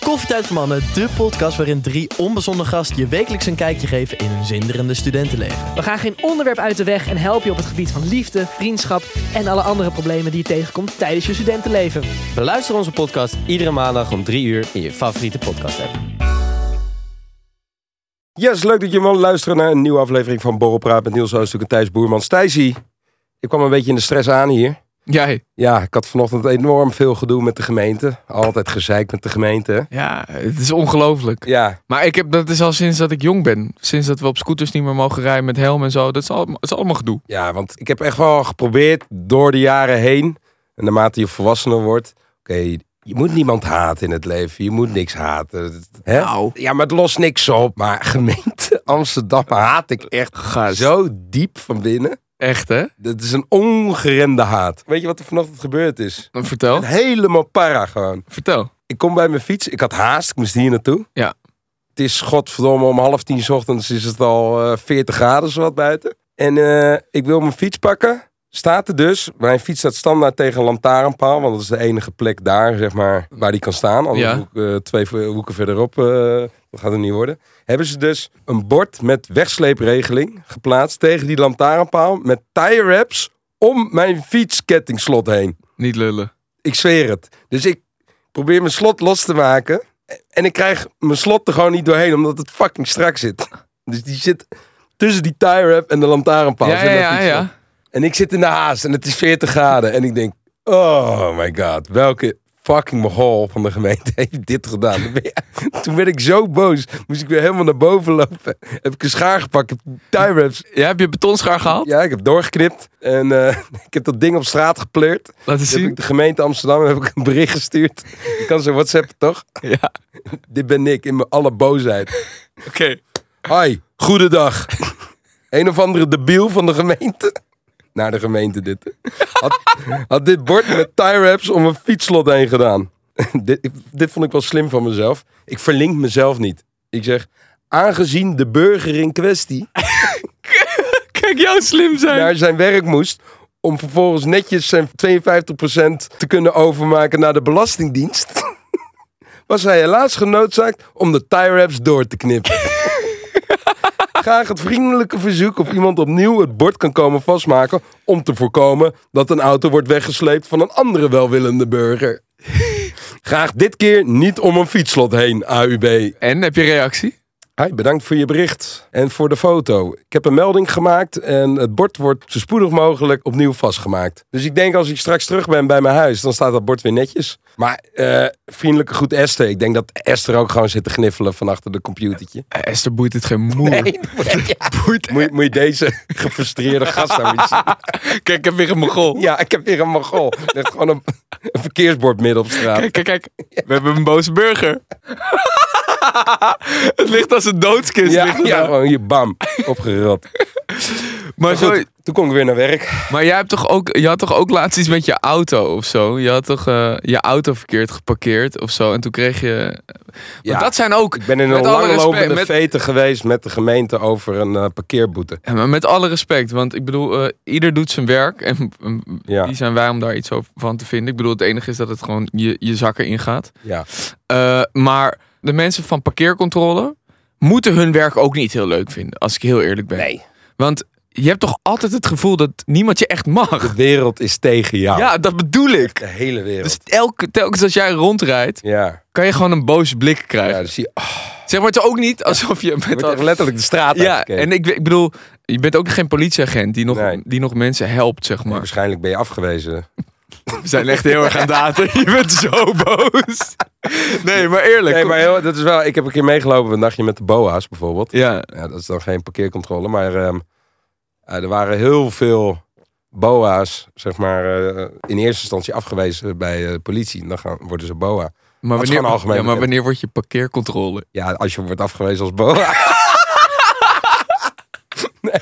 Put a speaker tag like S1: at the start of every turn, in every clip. S1: Koffietijd voor Mannen, de podcast waarin drie onbezonnen gasten je wekelijks een kijkje geven in hun zinderende studentenleven.
S2: We gaan geen onderwerp uit de weg en helpen je op het gebied van liefde, vriendschap en alle andere problemen die je tegenkomt tijdens je studentenleven.
S3: Beluister onze podcast iedere maandag om 3 uur in je favoriete podcast app.
S4: Yes, leuk dat jullie allemaal luisteren naar een nieuwe aflevering van Borrelpraat met Niels Oostuk en Thijs Boerman. Thijsie, ik kwam een beetje in de stress aan hier.
S5: Jij?
S4: Ja, ik had vanochtend enorm veel gedoe met de gemeente. Altijd gezeik met de gemeente. hè?
S5: Ja, het is ongelooflijk.
S4: Ja,
S5: Maar ik heb, dat is al sinds dat ik jong ben. Sinds dat we op scooters niet meer mogen rijden met helm en zo. Dat is, al, dat is allemaal gedoe.
S4: ja, want ik heb echt wel geprobeerd door de jaren heen. En naarmate je volwassener wordt. Oké, je moet niemand haten in het leven. Je moet niks haten. Hè?
S5: Nou.
S4: Ja, maar het lost niks op. Maar gemeente Amsterdam haat ik echt zo diep van binnen.
S5: Echt, hè?
S4: Dat is een ongeremde haat. Weet je wat er vanochtend gebeurd is?
S5: Dan Vertel.
S4: Helemaal para gewoon.
S5: Vertel.
S4: Ik kom bij mijn fiets. Ik had haast. Ik moest hier naartoe.
S5: Ja.
S4: Het is godverdomme om half tien 's ochtends is het al eh, 40 graden zo wat buiten. En eh, ik wil mijn fiets pakken. Staat er dus. Mijn fiets staat standaard tegen een lantaarnpaal. Want dat is de enige plek daar, zeg maar, waar die kan staan. Anders
S5: Ja.
S4: hoek, eh, twee hoeken verderop. eh, dat gaat er niet worden. Hebben ze dus een bord met wegsleepregeling geplaatst tegen die lantaarnpaal. Met tire wraps om mijn fietskettingslot heen.
S5: Niet lullen.
S4: Ik zweer het. Dus ik probeer mijn slot los te maken. En ik krijg mijn slot er gewoon niet doorheen, omdat het fucking strak zit. Dus die zit tussen die tire wrap en de lantaarnpaal.
S5: ja,
S4: Zit
S5: ja,
S4: dat
S5: ja,
S4: iets
S5: ja.
S4: van? En ik zit in de haas en het is 40 graden. En ik denk, oh my god, welke fucking mogol van de gemeente heeft dit gedaan? Dan ben je- Toen werd ik zo boos, moest ik weer helemaal naar boven lopen. Heb ik een schaar gepakt, heb tire wraps.
S5: Ja, heb je betonschaar gehaald?
S4: Ja, ik heb doorgeknipt. En eh, ik heb dat ding op straat gepleurd.
S5: Laat eens
S4: Heb
S5: zien.
S4: ik de gemeente Amsterdam heb ik een bericht gestuurd. Je kan zo WhatsApp toch?
S5: Ja.
S4: Dit ben ik in mijn alle boosheid.
S5: Oké.
S4: Hoi, goedendag. Een of andere debiel van de gemeente. Naar de gemeente dit. Had, had dit bord met tie wraps om een fietslot heen gedaan. dit, ik- dit vond ik wel slim van mezelf. Ik verlink mezelf niet. Ik zeg, aangezien de burger in kwestie
S5: Kijk jou slim zijn.
S4: naar zijn werk moest... om vervolgens netjes zijn 52% te kunnen overmaken naar de Belastingdienst... was hij helaas genoodzaakt om de tie wraps door te knippen. Graag het vriendelijke verzoek of iemand opnieuw het bord kan komen vastmaken... om te voorkomen dat een auto wordt weggesleept van een andere welwillende burger. Graag dit keer niet om een fietslot heen, AUB.
S5: En heb je reactie?
S4: Hi, bedankt voor je bericht en voor de foto. Ik heb een melding gemaakt en het bord wordt zo spoedig mogelijk opnieuw vastgemaakt. Dus ik denk als ik straks terug ben bij mijn huis, dan staat dat bord weer netjes. Maar eh, vriendelijke groet Esther. Ik denk dat Esther ook gewoon zit te gniffelen van achter de computertje.
S5: Eh, Esther boeit het geen moe.
S4: Moet, je- moet je deze gefrustreerde gast nou eens zien?
S5: Kijk, ik heb weer een mogol.
S4: Ja, ik heb weer een mogol. Er ligt gewoon een, een verkeersbord midden op straat.
S5: Kijk, kijk, kijk. We hebben een boze burger. het ligt als een doodskist.
S4: ja,
S5: ligt het
S4: ja,
S5: daar.
S4: gewoon hier bam, opgerot.
S5: Maar,
S4: Maar
S5: zo,
S4: goed, toen kon ik weer naar werk.
S5: Maar jij hebt toch ook, je had toch ook laatst iets met je auto of zo? Je had toch eh, je auto verkeerd geparkeerd of zo? En toen kreeg je.
S4: Ja.
S5: Maar dat zijn ook.
S4: Ik ben in
S5: met
S4: een
S5: alle respect-
S4: langlopende
S5: met-
S4: vete geweest met de gemeente over een eh, parkeerboete.
S5: Ja, maar met alle respect, want ik bedoel, eh, ieder doet zijn werk. En mm,
S4: Ja.
S5: wie zijn wij om daar iets over van te vinden? Ik bedoel, het enige is dat het gewoon je, je zakken ingaat.
S4: Ja.
S5: Eh, maar de mensen van parkeercontrole moeten hun werk ook niet heel leuk vinden, als ik heel eerlijk ben.
S4: Nee.
S5: Want je hebt toch altijd het gevoel dat niemand je echt mag?
S4: De wereld is tegen jou.
S5: Ja, dat bedoel ik.
S4: De hele wereld.
S5: Dus elke, telkens als jij rondrijdt,
S4: ja.
S5: kan je gewoon een boze blik
S4: ja,
S5: krijgen.
S4: dan zie je, oh,
S5: Zeg maar, het is ook niet alsof je
S4: je
S5: met...
S4: wordt echt
S5: al-
S4: letterlijk de straat
S5: Ja,
S4: uitgekeken.
S5: en ik, ik bedoel, je bent ook geen politieagent die nog,
S4: Nee.
S5: die nog mensen helpt, zeg
S4: Nee,
S5: maar.
S4: waarschijnlijk ben je afgewezen.
S5: We zijn echt heel erg aan daten. Je bent zo boos. Nee, maar eerlijk.
S4: Nee, maar heel, dat is wel, ik heb een keer meegelopen een dagje met de boa's bijvoorbeeld.
S5: Ja,
S4: Ja, dat is dan geen parkeercontrole, maar ehm, eh, er waren heel veel boa's, zeg maar, eh, in eerste instantie afgewezen bij eh, de politie. En dan gaan, worden ze boa.
S5: maar
S4: is
S5: wanneer,
S4: gewoon algemeen
S5: ja, maar
S4: bekend.
S5: wanneer word je parkeercontrole?
S4: Ja, als je wordt afgewezen als boa. Nee.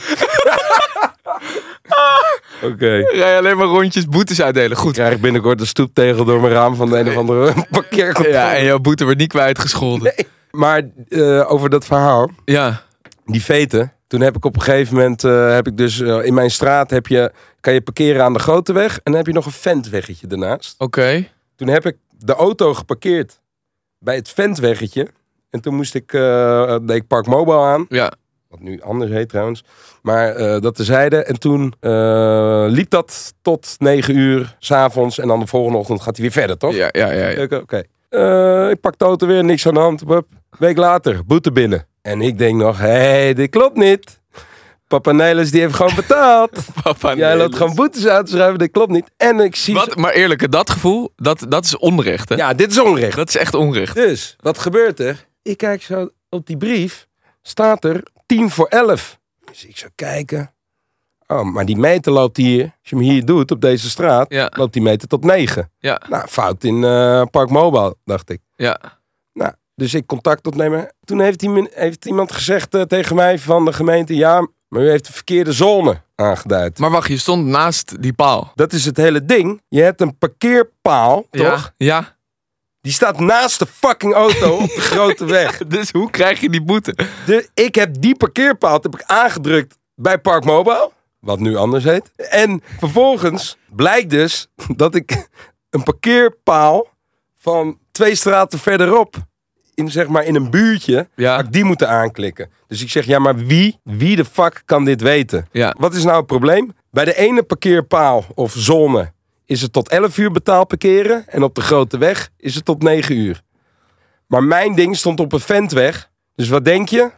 S4: Oké.
S5: Rij alleen maar rondjes boetes uitdelen.
S4: Ik
S5: Goed.
S4: krijg ik binnenkort een stoeptegel door mijn raam van de een of andere parkeercontrole.
S5: Ja, en jouw boete wordt niet kwijtgescholden.
S4: Maar eh, over dat verhaal,
S5: Ja,
S4: die veten. Toen heb ik op een gegeven moment, eh, heb ik dus eh, in mijn straat heb je, kan je parkeren aan de grote weg. En dan heb je nog een ventweggetje ernaast.
S5: oké.
S4: Toen heb ik de auto geparkeerd bij het ventweggetje. En toen moest ik, eh, deed ik Park Mobile aan.
S5: Ja.
S4: Wat nu anders heet trouwens. Maar eh, dat tezijde. En toen eh, liep dat tot negen uur s'avonds. En dan de volgende ochtend gaat hij weer verder, toch?
S5: Ja, ja, ja. ja.
S4: Oké. oké. Eh, ik pak de auto weer, niks aan de hand. Bup. Week later, boete binnen. En ik denk nog, hé, hey, dit klopt niet. Papa Nijlers, die heeft gewoon betaald.
S5: Papa
S4: Jij
S5: Nelis.
S4: loopt gewoon boetes aan te schrijven, dit klopt niet. En ik zie...
S5: Wat, maar eerlijk, dat gevoel, dat, dat is onrecht, hè?
S4: Ja, dit is onrecht.
S5: Dat is echt onrecht.
S4: Dus, wat gebeurt er? Ik kijk zo op die brief. Staat er 10 voor 11. Dus ik zou kijken. Oh, maar die meter loopt hier. Als je hem hier doet, op deze straat,
S5: Ja.
S4: loopt die meter tot 9.
S5: Ja.
S4: Nou, fout in eh, Park Mobile, dacht ik.
S5: Ja.
S4: Nou, dus ik contact opnemen. Toen heeft, die, men- heeft iemand gezegd eh, tegen mij van de gemeente... Ja, maar u heeft de verkeerde zone aangeduid.
S5: Maar wacht, je stond naast die paal.
S4: Dat is het hele ding. Je hebt een parkeerpaal, toch?
S5: Ja. ja.
S4: Die staat naast de fucking auto op de grote weg.
S5: Dus hoe krijg je die boete?
S4: Dus ik heb die parkeerpaal heb ik aangedrukt bij Park Mobile. Wat nu anders heet. En vervolgens blijkt dus dat ik een parkeerpaal van twee straten verderop. In, zeg maar in een buurtje.
S5: Ja.
S4: Had ik die moeten aanklikken. Dus ik zeg, ja maar wie, wie de fuck kan dit weten?
S5: Ja.
S4: Wat is nou het probleem? Bij de ene parkeerpaal of zone is het tot 11 uur betaald parkeren. En op de grote weg is het tot 9 uur. Maar mijn ding stond op een ventweg. Dus wat denk je?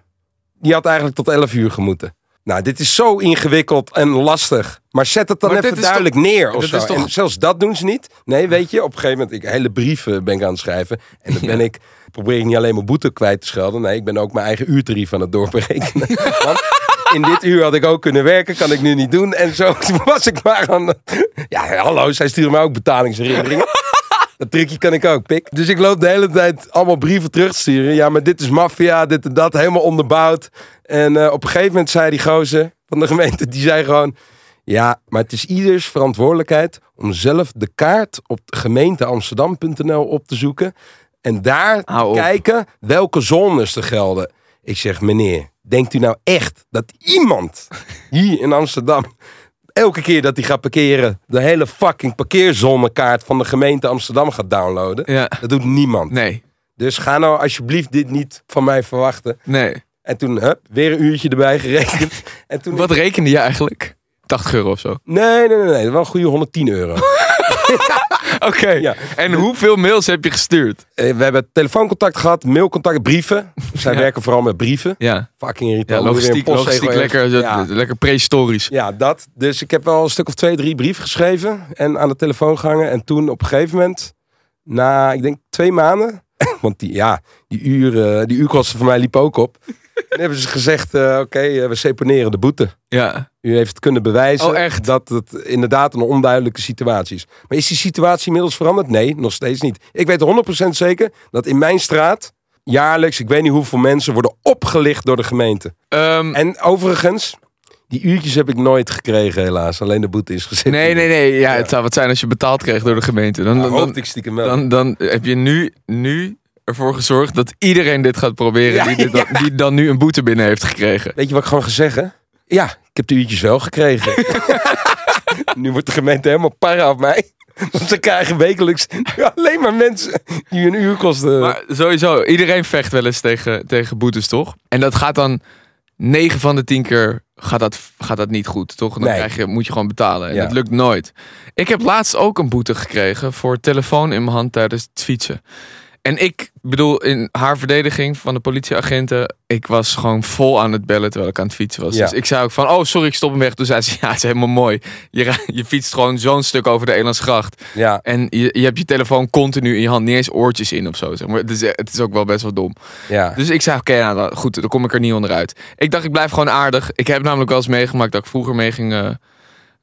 S4: Die had eigenlijk tot 11 uur gemoeten. Nou, dit is zo ingewikkeld en lastig. Maar zet het dan
S5: Maar dit
S4: even
S5: is toch-
S4: duidelijk neer. Of
S5: dit
S4: zo.
S5: is toch-
S4: En zelfs dat doen ze niet. Nee, weet je, op een gegeven moment, ik hele brieven ben ik aan het schrijven. En dan ben ik, probeer ik niet alleen mijn boete kwijt te schelden. Nee, ik ben ook mijn eigen uurtarief aan het doorberekenen. Want in dit uur had ik ook kunnen werken, kan ik nu niet doen. En zo was ik maar aan. het- Ja, hallo, zij sturen mij ook betalingsherinneringen. Dat trucje kan ik ook, pik. Dus ik loop de hele tijd allemaal brieven terug te sturen. Ja, maar dit is maffia, dit en dat, helemaal onderbouwd. En eh, op een gegeven moment zei die gozer van de gemeente, die zei gewoon... Ja, maar het is ieders verantwoordelijkheid om zelf de kaart op gemeenteamsterdam.nl op te zoeken. En daar te
S5: Hou op.
S4: kijken welke zones er gelden. Ik zeg, meneer, denkt u nou echt dat iemand hier in Amsterdam elke keer dat hij gaat parkeren, de hele fucking parkeerzonnekaart van de gemeente Amsterdam gaat downloaden.
S5: Ja.
S4: Dat doet niemand.
S5: Nee.
S4: Dus ga nou alsjeblieft dit niet van mij verwachten.
S5: Nee.
S4: En toen, hup, weer een uurtje erbij gerekend. En toen,
S5: Wat rekende je eigenlijk? 80 euro of zo.
S4: Nee, nee, nee, nee. Dat was een goede 110 euro.
S5: Oké.
S4: Ja.
S5: En hoeveel mails heb je gestuurd?
S4: Eh, We hebben telefooncontact gehad, mailcontact, brieven. Zij
S5: Ja.
S4: werken vooral met brieven.
S5: Ja.
S4: Fucking irritant.
S5: Ja,
S4: Moet weer een
S5: logistiek,
S4: postzegel
S5: logistiek
S4: ergens-
S5: lekker, eh,
S4: Ja.
S5: lekker prehistorisch.
S4: Ja, dat. Dus ik heb wel een stuk of twee, drie brieven geschreven en aan de telefoon gehangen. En toen op een gegeven moment, na ik denk twee maanden, want die, ja, die, uren, die uurkosten van mij liepen ook op. Toen hebben ze gezegd, eh, oké, eh, we seponeren de boete.
S5: Ja.
S4: U heeft het kunnen bewijzen
S5: Oh, echt?
S4: dat het inderdaad een onduidelijke situatie is. Maar is die situatie inmiddels veranderd? Nee, nog steeds niet. Ik weet 100% zeker dat in mijn straat jaarlijks, ik weet niet hoeveel mensen, worden opgelicht door de gemeente.
S5: Ehm,
S4: En overigens, die uurtjes heb ik nooit gekregen helaas. Alleen de boete is gezet.
S5: nee, nee, nee. Ja, het zou wat zijn als je betaald kreeg door de gemeente. Dan,
S4: Dan
S5: dan,
S4: hoopte
S5: dan,
S4: ik stiekem wel.
S5: dan, dan heb je nu, nu ervoor gezorgd dat iedereen dit gaat proberen.
S4: Ja,
S5: die, dit dan, die dan nu een boete binnen heeft gekregen.
S4: Weet je wat ik gewoon ga zeggen? Ja, ik heb de uurtjes wel gekregen. nu wordt de gemeente helemaal para op mij. Want ze krijgen wekelijks alleen maar mensen die hun uur kosten.
S5: Maar sowieso, iedereen vecht wel eens tegen, tegen boetes, toch? En dat gaat dan 9 van de 10 keer gaat dat, gaat dat niet goed, toch? Dan
S4: Nee.
S5: krijg je, moet je gewoon betalen. En
S4: Ja.
S5: dat lukt nooit. Ik heb laatst ook een boete gekregen voor telefoon in mijn hand tijdens het fietsen. En ik bedoel, in haar verdediging van de politieagenten, ik was gewoon vol aan het bellen terwijl ik aan het fietsen was.
S4: Ja.
S5: Dus ik zei ook van, oh sorry, ik stop hem weg. Toen zei ze, ja, het is helemaal mooi. Je, ra- je fietst gewoon zo'n stuk over de Elandsgracht.
S4: ja,
S5: En je, je hebt je telefoon continu in je hand, niet eens oortjes in of zo. Zeg maar. het, is, het is ook wel best wel dom.
S4: ja.
S5: Dus ik zei, oké, nou, dan- goed, dan kom ik er niet onderuit. Ik dacht, ik blijf gewoon aardig. Ik heb namelijk wel eens meegemaakt dat ik vroeger mee ging eh,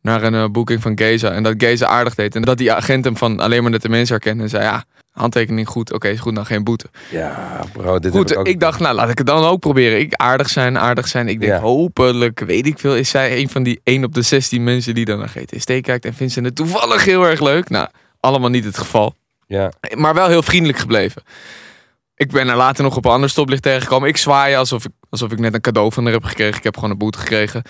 S5: naar een eh, boeking van Geza. En dat Geza aardig deed. En dat die agent hem van alleen maar net de mensen herkende. En zei, ja, handtekening goed. Oké, is goed, dan geen boete.
S4: ja, bro, dit
S5: Goed,
S4: heb
S5: ik,
S4: ook-
S5: dacht, nou laat ik het dan ook proberen. Ik aardig zijn, aardig zijn. Ik denk,
S4: Ja.
S5: hopelijk, weet ik veel, is zij een van die 1 op de 16 mensen die dan naar GTST kijkt. En vindt ze het toevallig heel erg leuk. Nou, allemaal niet het geval.
S4: Ja,
S5: Maar wel heel vriendelijk gebleven. Ik ben er later nog op een ander stoplicht tegengekomen. Ik zwaai alsof ik, alsof ik net een cadeau van haar heb gekregen. Ik heb gewoon een boete gekregen.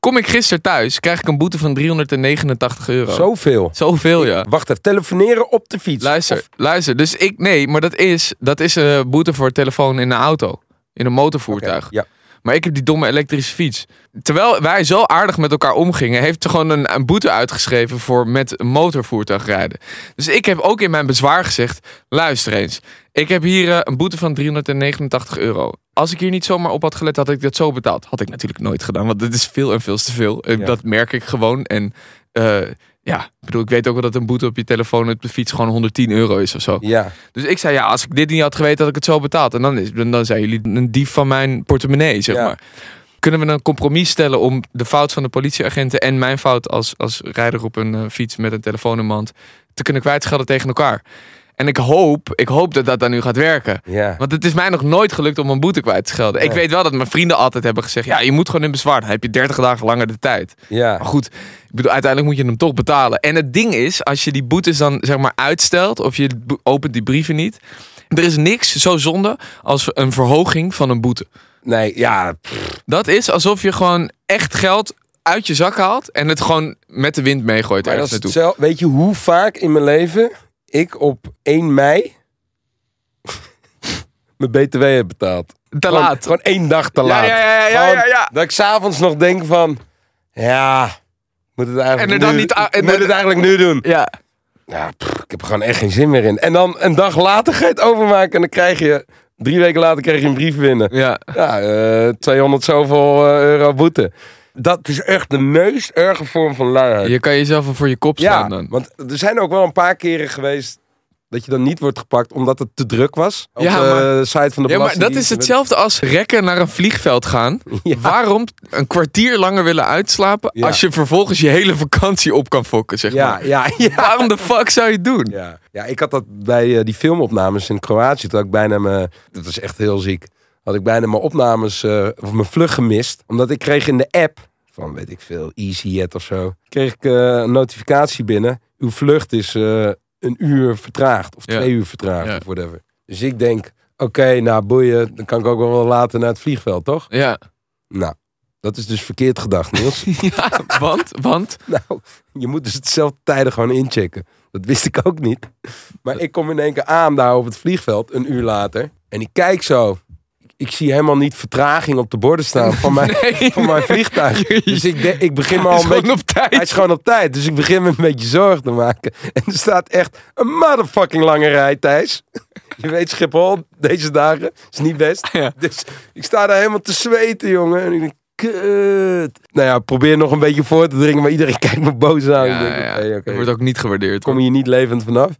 S5: Kom ik gisteren thuis, krijg ik een boete van 389 euro.
S4: Zoveel.
S5: Zoveel, ja.
S4: Wacht even, telefoneren op de fiets.
S5: Luister,
S4: Of-
S5: luister. Dus ik, nee, maar dat is, dat is een boete voor telefoon in een auto. In een motorvoertuig.
S4: Ja.
S5: Maar ik heb die domme elektrische fiets. Terwijl wij zo aardig met elkaar omgingen, heeft ze gewoon een, een boete uitgeschreven voor met een motorvoertuig rijden. Dus ik heb ook in mijn bezwaar gezegd: luister eens, ik heb hier eh, een boete van 389 euro. Als ik hier niet zomaar op had gelet, had ik dat zo betaald. Had ik natuurlijk nooit gedaan, want dit is veel en veel te veel. Eh,
S4: Ja.
S5: Dat merk ik gewoon. En eh, ja, ik bedoel, ik weet ook wel dat een boete op je telefoon en op de fiets gewoon 110 euro is of zo.
S4: Ja.
S5: Dus ik zei, ja, als ik dit niet had geweten, had ik het zo betaald. En dan, is, dan, dan zijn jullie een dief van mijn portemonnee, zeg
S4: Ja.
S5: maar. Kunnen we een compromis stellen om de fout van de politieagenten en mijn fout als, als rijder op een eh, fiets met een telefoon in mijn hand te kunnen kwijtschelden tegen elkaar? En ik hoop, ik hoop dat dat dan nu gaat werken.
S4: Ja.
S5: Want het is mij nog nooit gelukt om een boete kwijt te schelden. Ik
S4: Nee.
S5: weet wel dat mijn vrienden altijd hebben gezegd: ja, je moet gewoon in bezwaar. Dan heb je 30 dagen langer de tijd. Maar
S4: Ja.
S5: goed, ik bedoel, uiteindelijk moet je hem toch betalen. En het ding is, als je die boetes dan zeg maar uitstelt of je bo- opent die brieven niet. Er is niks zo zonde als een verhoging van een boete.
S4: Nee, ja. pff,
S5: Dat is alsof je gewoon echt geld uit je zak haalt en het gewoon met de wind meegooit
S4: maar dat
S5: ergens
S4: is
S5: naartoe.
S4: hetzelfde. Weet je hoe vaak in mijn leven ik op 1 mei mijn BTW heb betaald?
S5: Te
S4: Gewoon-
S5: laat.
S4: Gewoon één dag te
S5: Ja,
S4: laat.
S5: ja, ja, ja, ja,
S4: Gewoon
S5: ja, ja.
S4: Dat ik s'avonds nog denk van, ja, moet het eigenlijk,
S5: En er dan
S4: nu,
S5: niet a- en
S4: moet
S5: dan-
S4: het eigenlijk nu doen.
S5: Ja.
S4: Ja, pff, ik heb er gewoon echt geen zin meer in. En dan een dag later ga je het overmaken en dan krijg je, drie weken later krijg je een brief binnen.
S5: Ja.
S4: Ja, eh 200 zoveel eh, euro boete. Dat is echt de meest erge vorm van luiheid.
S5: Je kan jezelf wel voor je kop slaan
S4: Ja,
S5: dan.
S4: want er zijn ook wel een paar keren geweest dat je dan niet wordt gepakt omdat het te druk was. Op
S5: Ja,
S4: de
S5: maar-
S4: site van de
S5: Ja, maar dat is
S4: Belastingdienst.
S5: hetzelfde als rekken naar een vliegveld gaan. Waarom een kwartier langer willen uitslapen
S4: Ja.
S5: als je vervolgens je hele vakantie op kan fokken, zeg maar.
S4: Ja, ja, ja.
S5: Waarom de fuck zou je het doen?
S4: Ja. ja, ik had dat bij eh, die filmopnames in Kroatië. Toen had ik bijna mijn... Dat was echt heel ziek. Had ik bijna mijn opnames eh, of mijn vlucht gemist. Omdat ik kreeg in de app van, weet ik veel, EasyJet of zo. Kreeg ik eh, een notificatie binnen. Uw vlucht is eh, een uur vertraagd. Of
S5: Ja.
S4: twee uur vertraagd
S5: Ja.
S4: of whatever. Dus ik denk, oké, nou boeien. Dan kan ik ook wel wat later naar het vliegveld, toch?
S5: Ja,
S4: Nou, dat is dus verkeerd gedacht, Niels.
S5: ja want, want.
S4: Nou, je moet dus hetzelfde tijden gewoon inchecken. Dat wist ik ook niet. Maar ik kom in één keer aan daar op het vliegveld, een uur later. En ik kijk zo. Ik zie helemaal niet vertraging op de borden staan van mijn,
S5: Nee,
S4: van mijn vliegtuig. Dus ik, de- ik begin me al
S5: is
S4: een beetje...
S5: gewoon op
S4: Hij is
S5: tijd.
S4: gewoon op tijd, dus ik begin me een beetje zorgen te maken. En er staat echt een motherfucking lange rij, Thijs. Je weet, Schiphol, deze dagen is niet best.
S5: Ja.
S4: Dus ik sta daar helemaal te zweten, jongen. En ik denk, kut. Nou ja, probeer nog een beetje voor te dringen, maar iedereen kijkt me boos aan. ik denk,
S5: ja.
S4: oké, oké,
S5: Dat wordt ook niet gewaardeerd.
S4: ik kom hier niet levend vanaf.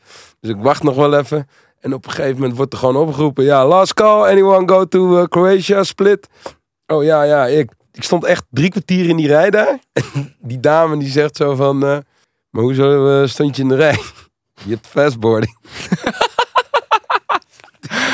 S4: Dus ik wacht nog wel even. En op een gegeven moment wordt er gewoon opgeroepen. Ja, last call, anyone go to eh, Croatia, split. Oh ja, ja, ik. Ik stond echt drie kwartier in die rij daar. En die dame die zegt zo van... eh, maar hoezo eh, stond je in de rij? Je hebt fastboarding.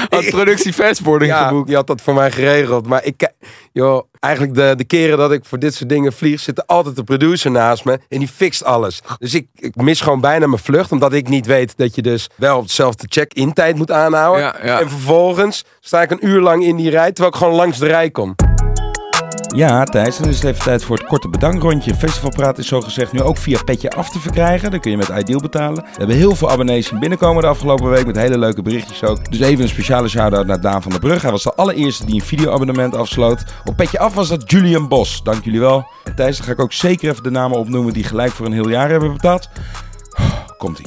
S5: Had productie fastboarding
S4: Ja,
S5: geboekt.
S4: je had dat voor mij geregeld. Maar ik, ki- joh, eigenlijk de, de keren dat ik voor dit soort dingen vlieg, zit er altijd de producer naast me en die fixt alles. Dus ik, ik mis gewoon bijna mijn vlucht, omdat ik niet weet dat je dus wel op hetzelfde check-in tijd moet aanhouden.
S5: Ja, ja.
S4: En vervolgens sta ik een uur lang in die rij, terwijl ik gewoon langs de rij kom.
S6: Ja, Thijs, dan is het even tijd voor het korte bedankrondje. Festivalpraat is zogezegd nu ook via Petje Af te verkrijgen. Dan kun je met Ideal betalen. We hebben heel veel abonnees zien binnenkomen de afgelopen week met hele leuke berichtjes ook. Dus even een speciale shout-out naar Daan van der Brug. Hij was de allereerste die een videoabonnement afsloot. Op Petje Af was dat Julian Bos. Dank jullie wel. En Thijs, dan ga ik ook zeker even de namen opnoemen die gelijk voor een heel jaar hebben betaald. Komt-ie.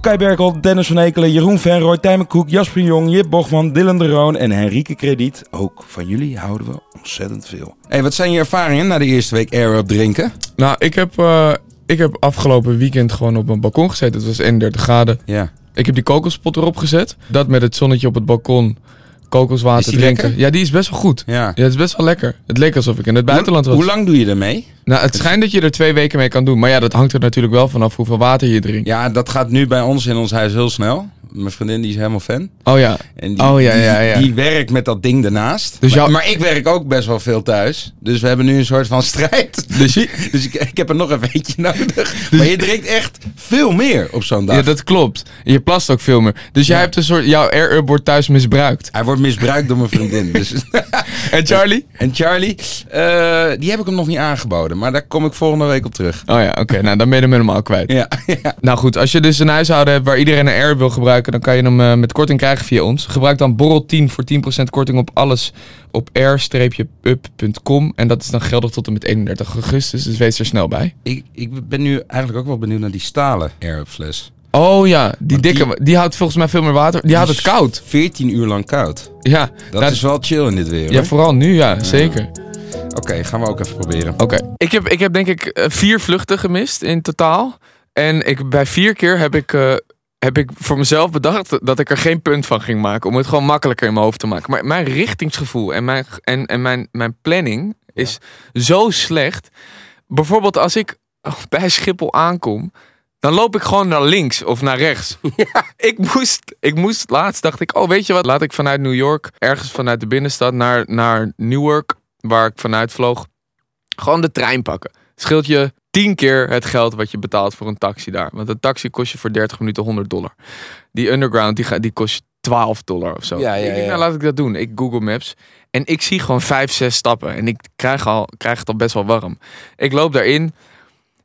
S6: Kai Berkel, Dennis van Ekelen, Jeroen Venrooy, Tijmen Koek, Jasper Jong, Jip Bochman, Dylan de Roon en Henrike Krediet. Ook van jullie houden we ontzettend veel.
S7: Hey, wat zijn je ervaringen na de eerste week air-up drinken?
S5: Nou, ik heb, eh, ik heb afgelopen weekend gewoon op mijn balkon gezeten. Het was 31 graden.
S7: Ja.
S5: Ik heb die kokospot erop gezet. Dat met het zonnetje op het balkon. Kokoswater
S7: Is die
S5: drinken.
S7: lekker?
S5: Ja, die is best wel goed.
S7: Ja.
S5: Ja, het is best wel lekker. Het leek alsof ik in het buitenland was.
S7: Hoe lang doe je ermee?
S5: Nou, het schijnt dat je er twee weken mee kan doen. Maar ja, dat hangt er natuurlijk wel vanaf hoeveel water je drinkt.
S7: Ja, dat gaat nu bij ons in ons huis heel snel. Mijn vriendin die is helemaal fan.
S5: Oh ja.
S7: En die,
S5: Oh, ja, ja, ja.
S7: Die, die werkt met dat ding ernaast.
S5: Dus
S7: maar,
S5: jou-
S7: maar ik werk ook best wel veel thuis. Dus we hebben nu een soort van strijd. Dus, dus ik, ik heb er nog een beetje nodig. Maar je drinkt echt veel meer op zo'n dag.
S5: Ja, dat klopt. Je plast ook veel meer. Dus jij hebt een soort. Jouw air-up wordt thuis misbruikt.
S7: Hij wordt misbruikt door mijn vriendin. Dus.
S5: En Charlie?
S7: En Charlie, eh, die heb ik hem nog niet aangeboden. Maar daar kom ik volgende week op terug.
S5: Oh ja, oké. Nou, dan ben je hem helemaal kwijt.
S7: Ja, ja.
S5: Nou goed, als je dus een huishouden hebt waar iedereen een air wil gebruiken, dan kan je hem eh, met korting krijgen via ons. Gebruik dan borrel 10 voor 10% korting op alles op air-up.com. En dat is dan geldig tot en met 31 augustus, dus wees er snel bij.
S7: Ik, ik ben nu eigenlijk ook wel benieuwd naar die stalen Air-Up fles.
S5: Oh ja, die
S7: die-
S5: dikke, die, houdt volgens mij veel meer water. Die, houdt het
S7: is
S5: koud.
S7: 14 uur lang koud.
S5: Ja,
S7: Dat
S5: nou,
S7: is wel chill in dit weer.
S5: ja
S7: hoor.
S5: vooral nu, ja, zeker.
S7: Oké, gaan we ook even proberen.
S5: Oké. Ik, heb, ik heb denk ik eh, vier vluchten gemist in totaal. En ik, bij vier keer heb ik, eh, heb ik voor mezelf bedacht dat ik er geen punt van ging maken. Om het gewoon makkelijker in mijn hoofd te maken. Maar mijn richtingsgevoel en mijn, en, en mijn, mijn planning is zo slecht. Bijvoorbeeld als ik oh, bij Schiphol aankom. Dan loop ik gewoon naar links of naar rechts. Ik, moest, ik moest laatst, dacht ik, oh weet je wat, laat ik vanuit New York, ergens vanuit de binnenstad naar, naar Newark, waar ik vanuit vloog. Gewoon de trein pakken. Scheelt je tien keer het geld wat je betaalt voor een taxi daar. Want een taxi kost je voor 30 minuten 100 dollar. Die underground, die, ga, die kost je 12 dollar of zo.
S7: Ja, ja,
S5: Ik denk,
S7: ja.
S5: nou laat ik dat doen. Ik Google Maps. En ik zie gewoon vijf, zes stappen. En ik krijg, al, krijg het al best wel warm. Ik loop daarin.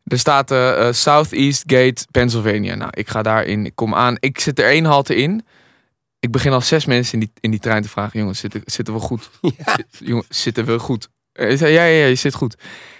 S5: Er staat eh, eh, Southeast Gate, Pennsylvania. Nou, ik ga daarin. Ik kom aan. Ik zit er één halte in. Ik begin al zes mensen in die, in die trein te vragen. Jongens, zitten, zitten we goed? Zit- jongen, zitten we goed? Eh, zei, ja, ja, ja, je zit goed.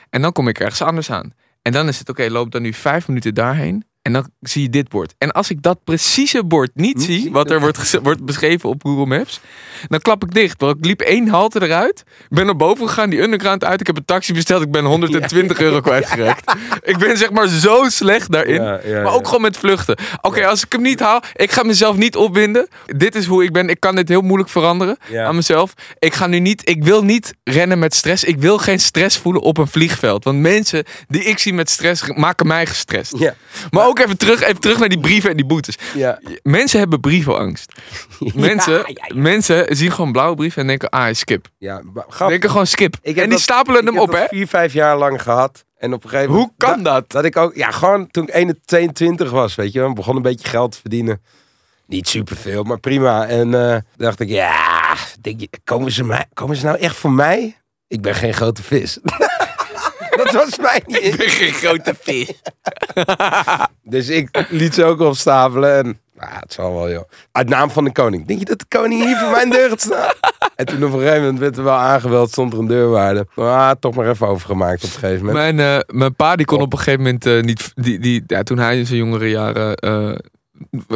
S5: En dan kom ik ergens anders aan. En dan is het, oké, loop dan nu vijf minuten daarheen. En dan zie je dit bord. En als ik dat precieze bord niet zie, wat er wordt, geze- wordt beschreven op Google Maps, dan klap ik dicht. Want ik liep één halte eruit, ben naar boven gegaan, die underground uit. Ik heb een taxi besteld, ik ben 120 euro kwijtgeraakt. Ik ben zeg maar zo slecht daarin.
S4: Ja, ja,
S5: maar ook
S4: ja.
S5: gewoon met vluchten. Oké, als ik hem niet haal, ik ga mezelf niet opwinden. Dit is hoe ik ben. Ik kan dit heel moeilijk veranderen
S4: Ja.
S5: aan mezelf. Ik ga nu niet, ik wil niet rennen met stress. Ik wil geen stress voelen op een vliegveld. Want mensen die ik zie met stress maken mij gestrest.
S4: Ja.
S5: Maar ook even terug, even terug naar die brieven en die boetes.
S4: Ja.
S5: Mensen hebben brievenangst. Mensen, mensen zien gewoon blauwe brieven en denken, ah, skip.
S4: Ja, maar grap.
S5: Denken gewoon skip.
S4: Ik heb
S5: en die
S4: dat-
S5: stapelen hem
S4: ik heb
S5: op,
S4: dat
S5: hè?
S4: vier, vijf jaar lang gehad. En op een gegeven
S5: Hoe
S4: moment...
S5: kan dat?
S4: Dat ik ook, ja, gewoon toen ik 21, 22 was, weet je wel. Begon een beetje geld te verdienen. Niet superveel, maar prima. En eh, dacht ik, ja, denk je, komen, ze mij, komen ze nou echt voor mij? Ik ben geen grote vis. dat was mij niet.
S5: ben geen grote vis.
S4: Dus ik liet ze ook opstapelen. En ah, het zal wel, joh. Uit naam van de koning. Denk je dat de koning hier voor mijn deur gaat staan? En toen op een gegeven moment werd er wel aangebeld, stond er een deurwaarde. Maar ah, toch maar even overgemaakt op een gegeven moment.
S5: Mijn, eh, mijn pa die kon op een gegeven moment eh, niet. Die, die, ja, toen hij in zijn jongere jaren eh,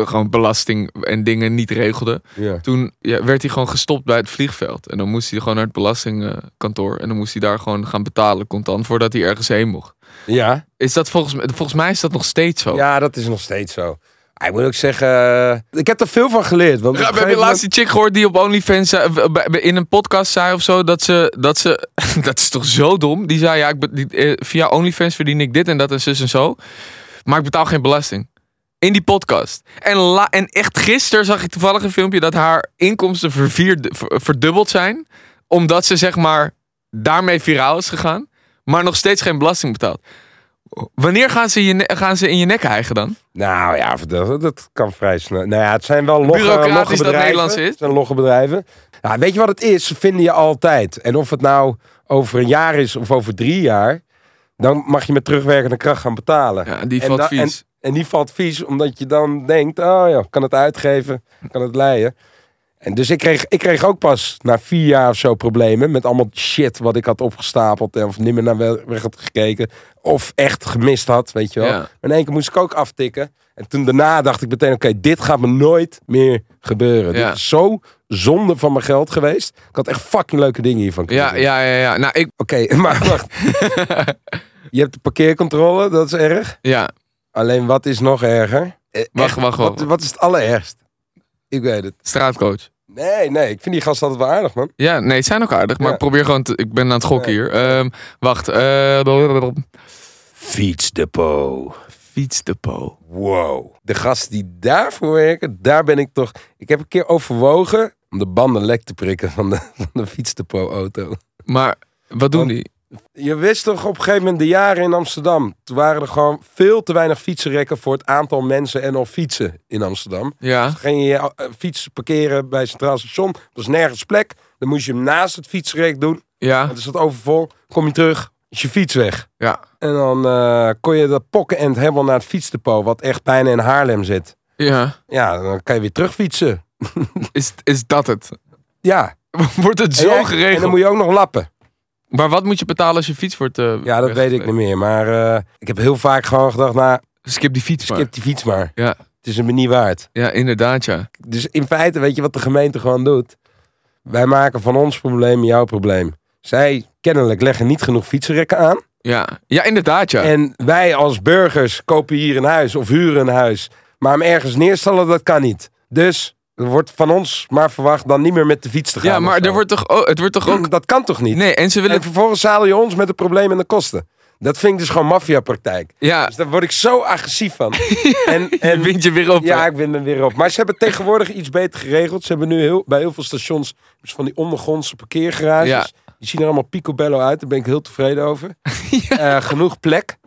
S5: gewoon belasting en dingen niet regelde.
S4: Ja.
S5: Toen ja, werd hij gewoon gestopt bij het vliegveld. En dan moest hij gewoon naar het belastingkantoor. En dan moest hij daar gewoon gaan betalen contant voordat hij ergens heen mocht.
S4: ja.
S5: Is dat volgens, mij- volgens mij is dat nog steeds zo.
S4: Ja, dat is nog steeds zo. Ah, Ik moet ook zeggen, eh, ik heb er veel van geleerd. Want op
S5: Ja,
S4: een
S5: we hebben
S4: gegeven
S5: laatst die chick gehoord die op OnlyFans zei- eh, bij- bij- in een podcast zei of zo dat ze dat ze dat is toch zo dom. Die zei ja, ik be- die, eh, via OnlyFans verdien ik dit en dat en zus en zo, maar ik betaal geen belasting. In die podcast. En, la, en echt gisteren zag ik toevallig een filmpje dat haar inkomsten vervierd, ver- verdubbeld zijn. Omdat ze zeg maar daarmee viraal is gegaan. Maar nog steeds geen belasting betaalt. Wanneer gaan ze, in je, ne- gaan ze in je nek hijgen dan?
S4: moment- Nou ja, dat, dat kan vrij snel. Nou ja, het zijn wel logge, logge
S5: Bureaucratisch dat
S4: bedrijven.
S5: Nederlands is.
S4: Het zijn logge bedrijven. Ja, weet je wat het is? Ze vinden je altijd. En of het nou over een jaar is of over drie jaar... dan mag je met terugwerkende kracht gaan betalen.
S5: Ja, die
S4: En
S5: valt
S4: da-
S5: vies.
S4: En die valt vies, omdat je dan denkt... oh ja, kan het uitgeven, kan het leien. En dus ik kreeg, ik kreeg ook pas na vier jaar of zo problemen... met allemaal shit wat ik had opgestapeld... en of nimmer naar we- weg had gekeken... of echt gemist had, weet je wel.
S5: Ja.
S4: In één keer moest ik ook aftikken. En toen daarna dacht ik meteen... oké, dit gaat me nooit meer gebeuren.
S5: Ja.
S4: Dit is zo zonde van mijn geld geweest. Ik had echt fucking leuke dingen hiervan kunnen
S5: ja,
S4: doen.
S5: ja, ja, ja. Nou, ik,
S4: Oké, maar wacht. je hebt de parkeercontrole, dat is erg.
S5: ja.
S4: Alleen wat is nog erger? Eh,
S5: Wacht,
S4: echt,
S5: wacht, wacht.
S4: Wat, wat is het allerergst? Ik weet het.
S5: Straatcoach.
S4: Nee, nee, ik vind die gast altijd wel aardig, man.
S5: Ja, nee, het zijn ook aardig, maar
S4: Ja.
S5: ik probeer gewoon te, Ik ben aan het gokken
S4: Ja.
S5: hier. Ehm, wacht. eh, blablabla.
S4: Fietsdepot.
S5: fietsdepot.
S4: Wow. De gasten die daarvoor werken, daar ben ik toch... Ik heb een keer overwogen om de banden lek te prikken van de, van de fietsdepot-auto.
S5: Maar wat doen
S4: Want-
S5: die?
S4: Je wist toch op een gegeven moment de jaren in Amsterdam. Toen waren er gewoon veel te weinig fietsenrekken voor het aantal mensen en al fietsen in Amsterdam.
S5: Ja,
S4: Ging je je eh, fiets parkeren bij het Centraal Station. Er was nergens plek. Dan moest je hem naast het fietsrek doen.
S5: ja,
S4: Het is dat overvol. Kom je terug, is je fiets weg.
S5: ja,
S4: En dan eh, kon je dat pokkenend helemaal naar het fietsdepot, wat echt bijna in Haarlem zit.
S5: ja.
S4: Ja, dan kan je weer terugfietsen.
S5: Is, is dat het?
S4: Ja.
S5: Wordt het
S4: En
S5: zo
S4: jij- En dan
S5: geregeld?
S4: moet je ook nog lappen.
S5: Maar wat moet je betalen als je fiets wordt... eh,
S4: Ja, dat weet ik
S5: weggelegd?
S4: niet meer. Maar eh, ik heb heel vaak gewoon gedacht, nou,
S5: Skip die fiets maar.
S4: skip die fiets maar.
S5: Ja.
S4: Het is hem niet waard.
S5: Ja, inderdaad, ja.
S4: Dus in feite weet je wat de gemeente gewoon doet? Wij maken van ons probleem jouw probleem. Zij kennelijk leggen niet genoeg fietsenrekken aan.
S5: Ja, ja inderdaad, ja.
S4: En wij als burgers kopen hier een huis of huren een huis. Maar hem ergens neerstallen, dat kan niet. Dus er wordt van ons maar verwacht dan niet meer met de fiets te gaan.
S5: ja,
S4: of
S5: maar
S4: zo.
S5: er wordt toch, oh, het wordt toch ook...
S4: Dat kan toch niet?
S5: Nee, en ze willen...
S4: En vervolgens zadel je ons met het probleem en de kosten. Dat vind ik dus gewoon maffiapraktijk.
S5: Ja,
S4: Dus daar word ik zo agressief van. en,
S5: en
S4: en,
S5: wind je weer op.
S4: ja,
S5: hè?
S4: ik win hem weer op. Maar ze hebben tegenwoordig iets beter geregeld. Ze hebben nu heel, bij heel veel stations dus van die ondergrondse parkeergarages.
S5: Ja.
S4: Die zien er allemaal picobello uit. Daar ben ik heel tevreden over. Eh, genoeg plek.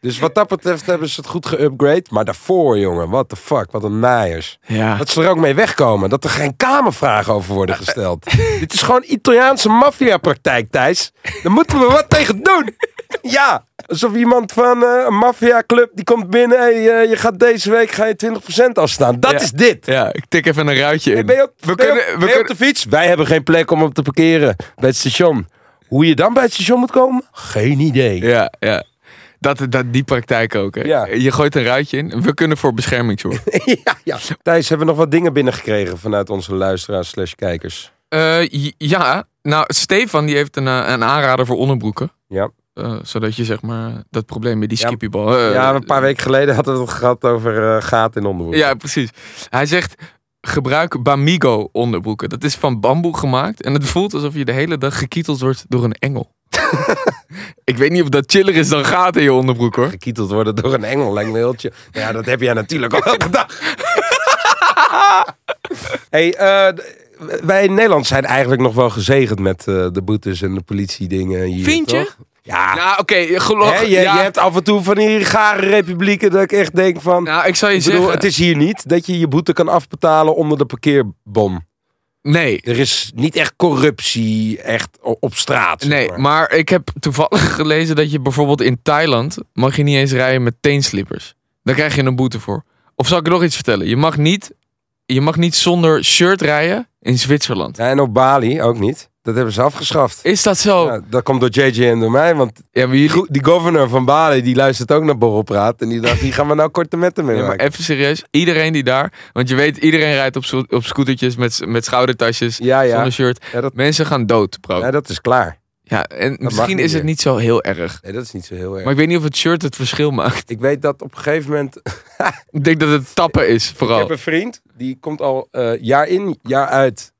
S4: Dus wat dat betreft hebben ze het goed geüpgrade. Maar daarvoor, jongen, what the fuck, wat een naaiers.
S5: ja.
S4: Dat ze er ook mee wegkomen. Dat er geen kamervragen over worden gesteld. Dit is gewoon Italiaanse maffiapraktijk, Thijs. Daar moeten we wat tegen doen. Ja, alsof iemand van eh, een maffiaclub die komt binnen. Hey, eh, je gaat deze week ga je 20% afstaan. Dat
S5: Ja.
S4: is dit.
S5: Ja, ik tik even een ruitje
S4: Hey,
S5: in.
S4: ben je, ook,
S5: we
S4: ben je ook-
S5: kunnen, we
S4: ben je op
S5: kunnen,
S4: de fiets? Wij hebben geen plek om op te parkeren bij het station. Hoe je dan bij het station moet komen? Geen idee.
S5: ja, ja. Dat, dat, die praktijk ook. Hè.
S4: Ja.
S5: Je gooit een ruitje in. We kunnen voor bescherming zorgen.
S4: ja, ja. Thijs, hebben we nog wat dingen binnengekregen vanuit onze luisteraars slash kijkers?
S5: Eh, j- ja, nou, Stefan die heeft een, eh, een aanrader voor onderbroeken.
S4: Ja.
S5: Eh, zodat je zeg maar dat probleem met die
S4: Ja.
S5: skippiebal. eh,
S4: ja, een paar weken geleden hadden we het gehad over eh, gaten in onderhoek.
S5: Ja, precies. Hij zegt: gebruik Bamigo onderbroeken. Dat is van bamboe gemaakt en het voelt alsof je de hele dag gekieteld wordt door een engel. ik weet niet of dat chiller is dan gaten in je onderbroek hoor.
S4: gekieteld worden door een engel, lijkt me heel chill. Ja, dat heb jij natuurlijk al elke dag. hey, eh, d- wij in Nederland zijn eigenlijk nog wel gezegend met eh, de boetes en de politiedingen hier,
S5: Vind je?
S4: toch? Ja.
S5: Nou, oké,
S4: Hè,
S5: geloof
S4: je,
S5: ja.
S4: je hebt af en toe van die gare republieken dat ik echt denk van...
S5: Nou, ik zou je
S4: ik bedoel,
S5: zeggen:
S4: het is hier niet dat je je boete kan afbetalen onder de parkeerbom.
S5: nee.
S4: Er is niet echt corruptie echt o- op straat. zeg
S5: Nee,
S4: maar.
S5: maar ik heb toevallig gelezen dat je bijvoorbeeld in Thailand mag je niet eens rijden met teenslippers. Daar krijg je een boete voor. Of zal ik nog iets vertellen? Je mag niet, je mag niet zonder shirt rijden in Zwitserland.
S4: Ja, en op Bali ook niet. Dat hebben ze afgeschaft.
S5: Is dat zo? Ja,
S4: Ja, dat komt door JJ en door mij, want
S5: maar jullie,
S4: Die, die governor van Bali, die luistert ook naar Borrelpraat. En die dacht, die gaan we nou korte metten mee
S5: Ja, maar
S4: maken.
S5: even serieus, iedereen die daar, want je weet, iedereen rijdt op, scho- op scootertjes met, s- met schoudertasjes,
S4: Ja, ja.
S5: zonder shirt.
S4: Ja, dat,
S5: Mensen gaan dood, bro.
S4: ja,
S5: Ja,
S4: dat is klaar.
S5: en
S4: mag
S5: misschien
S4: niet
S5: is het
S4: meer.
S5: niet zo heel erg.
S4: Nee, dat is niet zo heel erg.
S5: Maar ik weet niet of het shirt het verschil maakt.
S4: ik weet dat op een gegeven moment...
S5: Ik denk dat het tappen is,
S4: Ik
S5: vooral.
S4: heb een vriend, die komt al eh, jaar in, jaar uit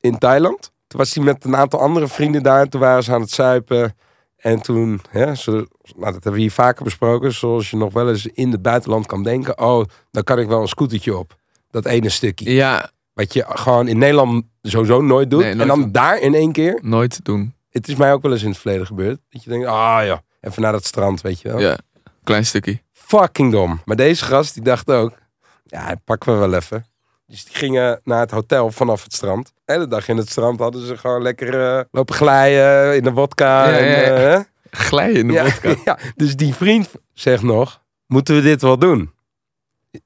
S4: in Thailand. Toen was hij met een aantal andere vrienden daar. en Toen waren ze aan het zuipen. En toen, hè, zo, nou, dat hebben we hier vaker besproken. Zoals je nog wel eens in het buitenland kan denken. Oh, dan kan ik wel een scootertje op. Dat ene stukje.
S5: Ja,
S4: Wat je gewoon in Nederland sowieso nooit doet.
S5: Nee, nooit
S4: en dan
S5: doen.
S4: daar in één keer.
S5: nooit doen.
S4: Het is mij ook wel eens in het verleden gebeurd. Dat je denkt, ah ja, even naar dat strand, weet je wel.
S5: Ja, klein stukje.
S4: Fucking dom. Maar deze gast, die dacht ook, ja, pakken we wel even. Dus die gingen naar het hotel vanaf het strand. De hele dag in het strand hadden ze gewoon lekker eh, lopen glijden in de wodka.
S5: Ja,
S4: en,
S5: ja, ja.
S4: eh, hè?
S5: Glijden in de
S4: Ja,
S5: wodka.
S4: ja. Dus die vriend zegt nog, moeten we dit wel doen?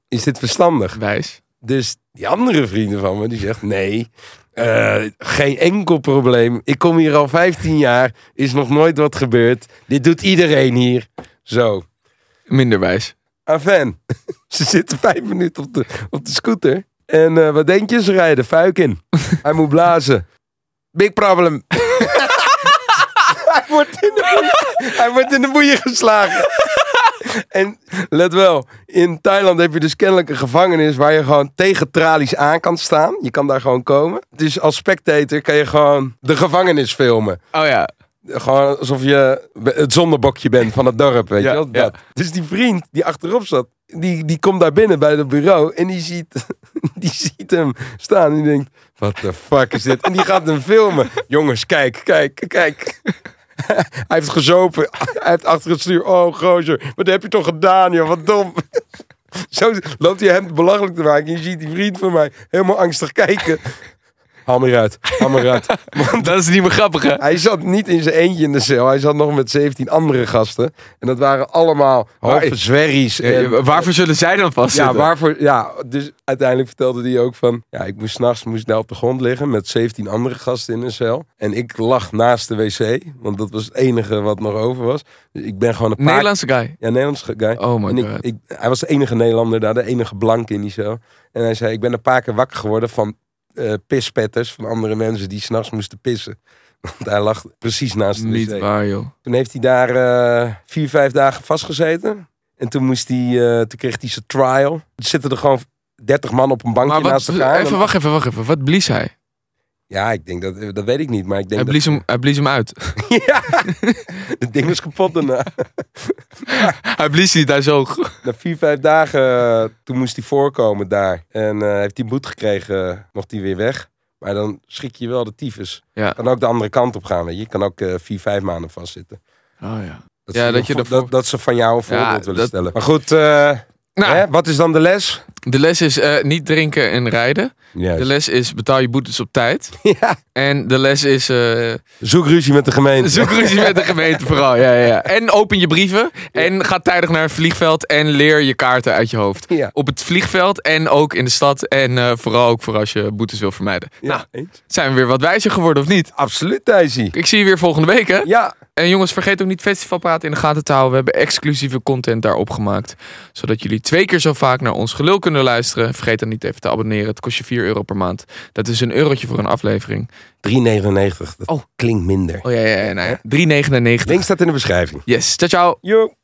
S4: Is dit verstandig?
S5: Wijs.
S4: Dus die andere vrienden van me, die zegt nee, eh, geen enkel probleem. Ik kom hier al 15 jaar, is nog nooit wat gebeurd. Dit doet iedereen hier. Zo,
S5: Minder wijs.
S4: Aven. Ze zitten vijf minuten op de, op de scooter. En eh, wat denk je? Ze rijden fuik in. Hij moet blazen. Big problem. hij, wordt in de boeien, hij wordt in de boeien geslagen. En let wel, in Thailand heb je dus kennelijk een gevangenis waar je gewoon tegen tralies aan kan staan. Je kan daar gewoon komen. Dus als spectator kan je gewoon de gevangenis filmen.
S5: Oh ja.
S4: Gewoon alsof je het zondebokje bent van het dorp, weet
S5: Ja,
S4: je wel.
S5: ja.
S4: Dat. Dus die vriend die achterop zat, die, die komt daar binnen bij het bureau en die ziet, die ziet hem staan en die denkt, wat de fuck is dit? En die gaat hem filmen. Jongens, kijk, kijk, kijk. Hij heeft gezopen, hij heeft achter het stuur, oh gozer, wat heb je toch gedaan joh, wat dom. Zo loopt hij hem belachelijk te maken. Je ziet die vriend van mij helemaal angstig kijken. Haal me eruit, haal me eruit.
S5: Dat is niet meer grappig, hè?
S4: Hij zat niet in zijn eentje in de cel. Hij zat nog met 17 andere gasten. En dat waren allemaal halve zwerries.
S5: Ja,
S4: En,
S5: Eh, Waarvoor zullen zij dan vastzitten?
S4: ja, waarvoor, ja, dus uiteindelijk vertelde hij ook van... Ja, ik moest s'nachts moest ik daar op de grond liggen met 17 andere gasten in een cel. En ik lag naast de wc, want dat was het enige wat nog over was. Dus ik ben gewoon een paar...
S5: Nederlandse guy.
S4: Ja, Nederlands guy.
S5: Oh my
S4: en ik,
S5: god.
S4: ik, hij was de enige Nederlander daar, de enige blanke in die cel. En hij zei, ik ben een paar keer wakker geworden van eh, pispetters, van andere mensen die s'nachts moesten pissen. Want hij lag precies naast de
S5: Niet
S4: wc.
S5: waar, joh.
S4: Toen heeft hij daar eh, vier, vijf dagen vastgezeten. En toen, moest hij, eh, toen kreeg hij zijn trial. Er zitten er gewoon dertig man op een bankje
S5: Maar wat,
S4: naast elkaar. En
S5: even,
S4: dan-
S5: wacht even, wacht even. Wat blies hij?
S4: Ja, ik denk dat, dat weet ik niet, maar ik denk
S5: Hij
S4: dat...
S5: blies, hem, hij blies hem uit.
S4: ja, het ding was kapot daarna.
S5: hij blies niet, hij zoog.
S4: Na vier, vijf dagen, eh, toen moest hij voorkomen daar. En eh, heeft hij boet gekregen, eh, mocht hij weer weg. Maar dan schrik je wel de tyfus.
S5: Ja.
S4: Kan ook de andere kant op gaan, weet je. Je kan ook eh, vier, vijf maanden vastzitten.
S5: Oh ja.
S4: Dat,
S5: Ja,
S4: ze,
S5: dat je
S4: dat,
S5: ervoor-
S4: dat, ze van jou een voorbeeld willen
S5: dat-
S4: stellen. Maar goed, eh,
S5: Nou,
S4: hè, wat is dan de les?
S5: de les is eh, niet drinken en rijden. De
S4: Juist.
S5: les is betaal je boetes op tijd.
S4: Ja.
S5: En de les is eh,
S4: Zoek ruzie met de gemeente.
S5: zoek ruzie met de gemeente vooral. Ja, ja, ja. En open je brieven. En ga tijdig naar het vliegveld. En leer je kaarten uit je hoofd.
S4: Ja.
S5: Op het vliegveld en ook in de stad. En eh, vooral ook voor als je boetes wil vermijden.
S4: Ja,
S5: Nou,
S4: eens.
S5: zijn we weer wat wijzer geworden of niet?
S4: Absoluut, Thijsie.
S5: Ik zie je weer volgende week, hè?
S4: Ja,
S5: En jongens, vergeet ook niet festivalpraten in de gaten te houden. We hebben exclusieve content daarop gemaakt. Zodat jullie twee keer zo vaak naar ons gelul kunnen luisteren. Vergeet dan niet even te abonneren. Het kost je 4 euro per maand. Dat is een eurotje voor een aflevering.
S4: 3,99. Dat
S5: Oh.
S4: klinkt minder.
S5: Oh ja, ja, ja. Nou ja. 3,99.
S4: Link staat in de beschrijving.
S5: Yes, ciao, ciao.
S4: Joep.